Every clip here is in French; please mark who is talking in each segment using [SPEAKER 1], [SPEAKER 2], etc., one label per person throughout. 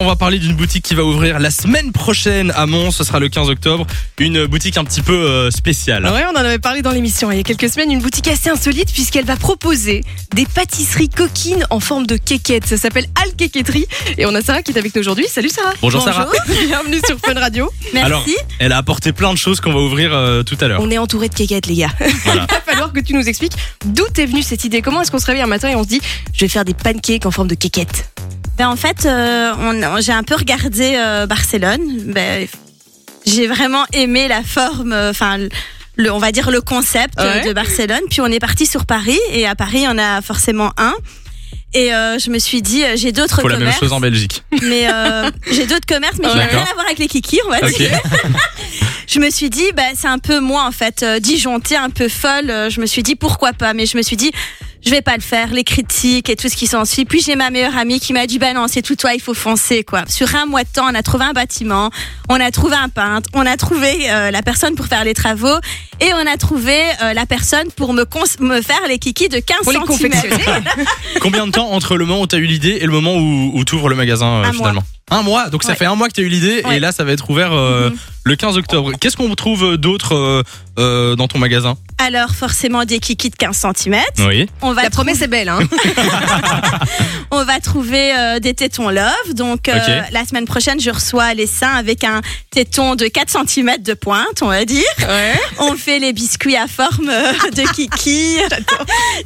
[SPEAKER 1] On va parler d'une boutique qui va ouvrir la semaine prochaine à Mons, ce sera le 15 octobre, une boutique un petit peu euh,
[SPEAKER 2] Ah
[SPEAKER 1] spéciale.
[SPEAKER 3] Ouais, on en avait parlé dans l'émission il y a quelques semaines, une boutique assez insolite puisqu'elle va proposer des pâtisseries coquines en forme de quéquette. Ça s'appelle Al Quéquetterie et on a Sarah qui est avec nous aujourd'hui. Salut Sarah.
[SPEAKER 1] Bonjour, Sarah.
[SPEAKER 3] Bienvenue sur Fun Radio.
[SPEAKER 2] Merci.
[SPEAKER 1] Alors, elle a apporté plein de choses qu'on va ouvrir euh, tout à l'heure.
[SPEAKER 3] On est entouré de quéquettes les gars.
[SPEAKER 1] Voilà.
[SPEAKER 3] il va falloir que tu nous expliques d'où est venue cette idée. Comment est-ce qu'on se réveille un matin et on se dit je vais faire des pancakes en forme de quéquette.
[SPEAKER 2] Ben, en fait, euh, on- on- j'ai un peu regardé euh, Barcelone. Ben, j'ai vraiment aimé la forme, euh, enfin, le- le, on va dire le concept euh,
[SPEAKER 3] Ouais.
[SPEAKER 2] de Barcelone. Puis on est parti sur Paris et à Paris, il y en a forcément un. Et euh, je me suis dit, euh, j'ai d'autres
[SPEAKER 1] Faut la même
[SPEAKER 2] commerces,
[SPEAKER 1] chose en Belgique.
[SPEAKER 2] mais euh, j'ai d'autres commerces, mais qui n'ont
[SPEAKER 1] D'accord.
[SPEAKER 2] rien à voir avec les kiki, on va
[SPEAKER 1] Ok.
[SPEAKER 2] dire. Je me suis dit, ben, c'est un peu moi en fait, euh, disjontée, un peu folle. Euh, je me suis dit pourquoi pas, mais je me suis dit je vais pas le faire, les critiques et tout ce qui s'ensuit. Puis j'ai ma meilleure amie qui m'a dit bah non c'est tout toi, il faut foncer quoi. Sur un mois de temps, on a trouvé un bâtiment, on a trouvé un peintre, on a trouvé euh, la personne pour faire les travaux et on a trouvé euh, la personne pour me, cons- me faire les kikis de 15
[SPEAKER 3] Pour les
[SPEAKER 2] centimètres.
[SPEAKER 3] confectionner.
[SPEAKER 1] Combien de temps entre le moment où t'as eu l'idée et le moment où, où t'ouvres le magasin euh,
[SPEAKER 2] Un
[SPEAKER 1] finalement Un mois, donc ça
[SPEAKER 2] Ouais.
[SPEAKER 1] fait un mois que t'as eu l'idée et
[SPEAKER 2] Ouais. Mhm.
[SPEAKER 1] là ça va être ouvert euh, le 15 octobre. Qu'est-ce qu'on trouve d'autre euh, euh, dans ton magasin
[SPEAKER 2] Alors forcément des kikis de 15 centimètres.
[SPEAKER 1] Oui.
[SPEAKER 2] On va
[SPEAKER 3] La promesse est belle hein.
[SPEAKER 2] On va trouver euh, des tétons love. Donc euh,
[SPEAKER 1] Ok.
[SPEAKER 2] la semaine prochaine, je reçois les seins avec un téton de 4 cm de pointe, on va dire. On fait les biscuits à forme euh, de kiki,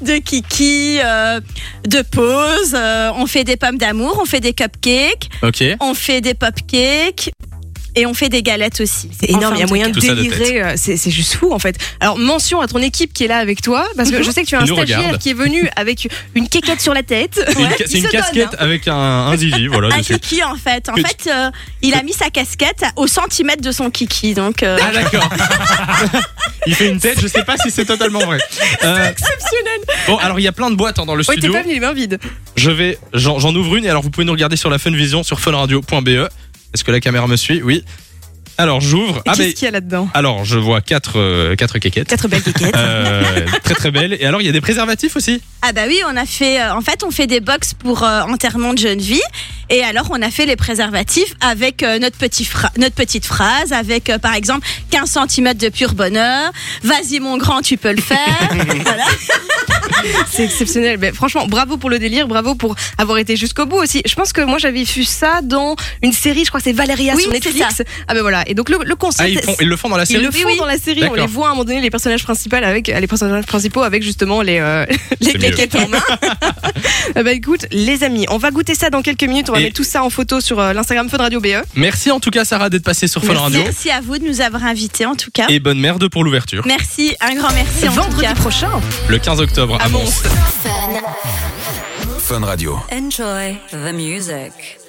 [SPEAKER 2] de kiki, euh, de pose. euh, on fait des pommes d'amour, on fait des cupcakes,
[SPEAKER 1] Ok.
[SPEAKER 2] on fait des popcakes et on fait des galettes aussi.
[SPEAKER 3] C'est énorme,
[SPEAKER 2] Enfin,
[SPEAKER 3] il y a moyen de
[SPEAKER 1] tout ça de
[SPEAKER 3] délirer, euh, c'est c'est juste fou en fait. Alors mention à ton équipe qui est là avec toi, parce que je sais que tu as un
[SPEAKER 1] Il Mhm. nous
[SPEAKER 3] stagiaire
[SPEAKER 1] regarde.
[SPEAKER 3] qui est venu avec une quéquette sur la tête.
[SPEAKER 1] C'est une
[SPEAKER 3] Ouais,
[SPEAKER 1] ca-
[SPEAKER 3] il
[SPEAKER 1] c'est une,
[SPEAKER 3] se donne,
[SPEAKER 1] casquette
[SPEAKER 3] hein.
[SPEAKER 1] avec un, un zizi, voilà.
[SPEAKER 2] Un
[SPEAKER 1] dessus.
[SPEAKER 2] kiki en fait. En
[SPEAKER 1] Que tu-
[SPEAKER 2] fait, euh, il a mis sa casquette au centimètre de son kiki. Donc euh,
[SPEAKER 1] Ah d'accord. il fait une tête, je sais pas si c'est totalement vrai. Euh, bon, alors il y a plein de boîtes hein, dans le
[SPEAKER 3] Oui, t'es
[SPEAKER 1] studio. Ah,
[SPEAKER 3] pas venu les mains vides.
[SPEAKER 1] Je vais, j'en j'en ouvre une et alors vous pouvez nous regarder sur la Funvision sur funradio.be. E. Est-ce que la caméra me suit Oui. Alors j'ouvre.
[SPEAKER 3] Et
[SPEAKER 1] Ah
[SPEAKER 3] Qu'est-ce
[SPEAKER 1] ben,
[SPEAKER 3] qu'il y a là-dedans
[SPEAKER 1] alors je vois quatre euh, quatre quéquettes.
[SPEAKER 3] Quatre belles quéquettes.
[SPEAKER 1] Euh, très très belles. Et alors il y a des préservatifs aussi.
[SPEAKER 2] Ah bah oui, on a fait. euh, en fait, on fait des box pour euh, enterrement de jeunes vie. Et alors, on a fait les préservatifs avec euh, notre, petit phra- notre petite phrase, avec euh, par exemple 15 cm de pur bonheur. Vas-y mon grand, tu peux le faire. voilà.
[SPEAKER 3] C'est exceptionnel. Mais franchement, bravo pour le délire, bravo pour avoir été jusqu'au bout aussi. Je pense que moi j'avais vu ça dans une série, je crois que c'est Valeria
[SPEAKER 2] Oui,
[SPEAKER 3] sur
[SPEAKER 2] c'est
[SPEAKER 3] Netflix. Ah ben voilà. Et donc le, le concept.
[SPEAKER 1] Ah ils, font-
[SPEAKER 3] c'est-
[SPEAKER 1] ils le font dans la
[SPEAKER 3] ils
[SPEAKER 1] série.
[SPEAKER 3] le font dans la série, on
[SPEAKER 1] D'accord.
[SPEAKER 3] les voit à un moment donné les personnages principaux avec les personnages principaux avec justement les euh, les
[SPEAKER 1] C'est
[SPEAKER 3] claquettes en main. Ah bah écoute, les amis, on va goûter ça dans quelques minutes, on va
[SPEAKER 1] Et-
[SPEAKER 3] mettre tout ça en photo sur euh, l'Instagram Fun Radio BE.
[SPEAKER 1] Merci en tout cas Sarah d'être passée sur Fun Radio
[SPEAKER 2] Merci à vous de nous avoir invités en tout cas.
[SPEAKER 1] et bonne merde pour l'ouverture
[SPEAKER 2] Merci, un grand merci en tout
[SPEAKER 3] Vendredi
[SPEAKER 2] cas.
[SPEAKER 3] prochain.
[SPEAKER 1] le 15
[SPEAKER 3] Ah
[SPEAKER 1] octobre à
[SPEAKER 3] À
[SPEAKER 1] Mons.
[SPEAKER 3] Mons.
[SPEAKER 4] Fun Radio.
[SPEAKER 5] Enjoy the music.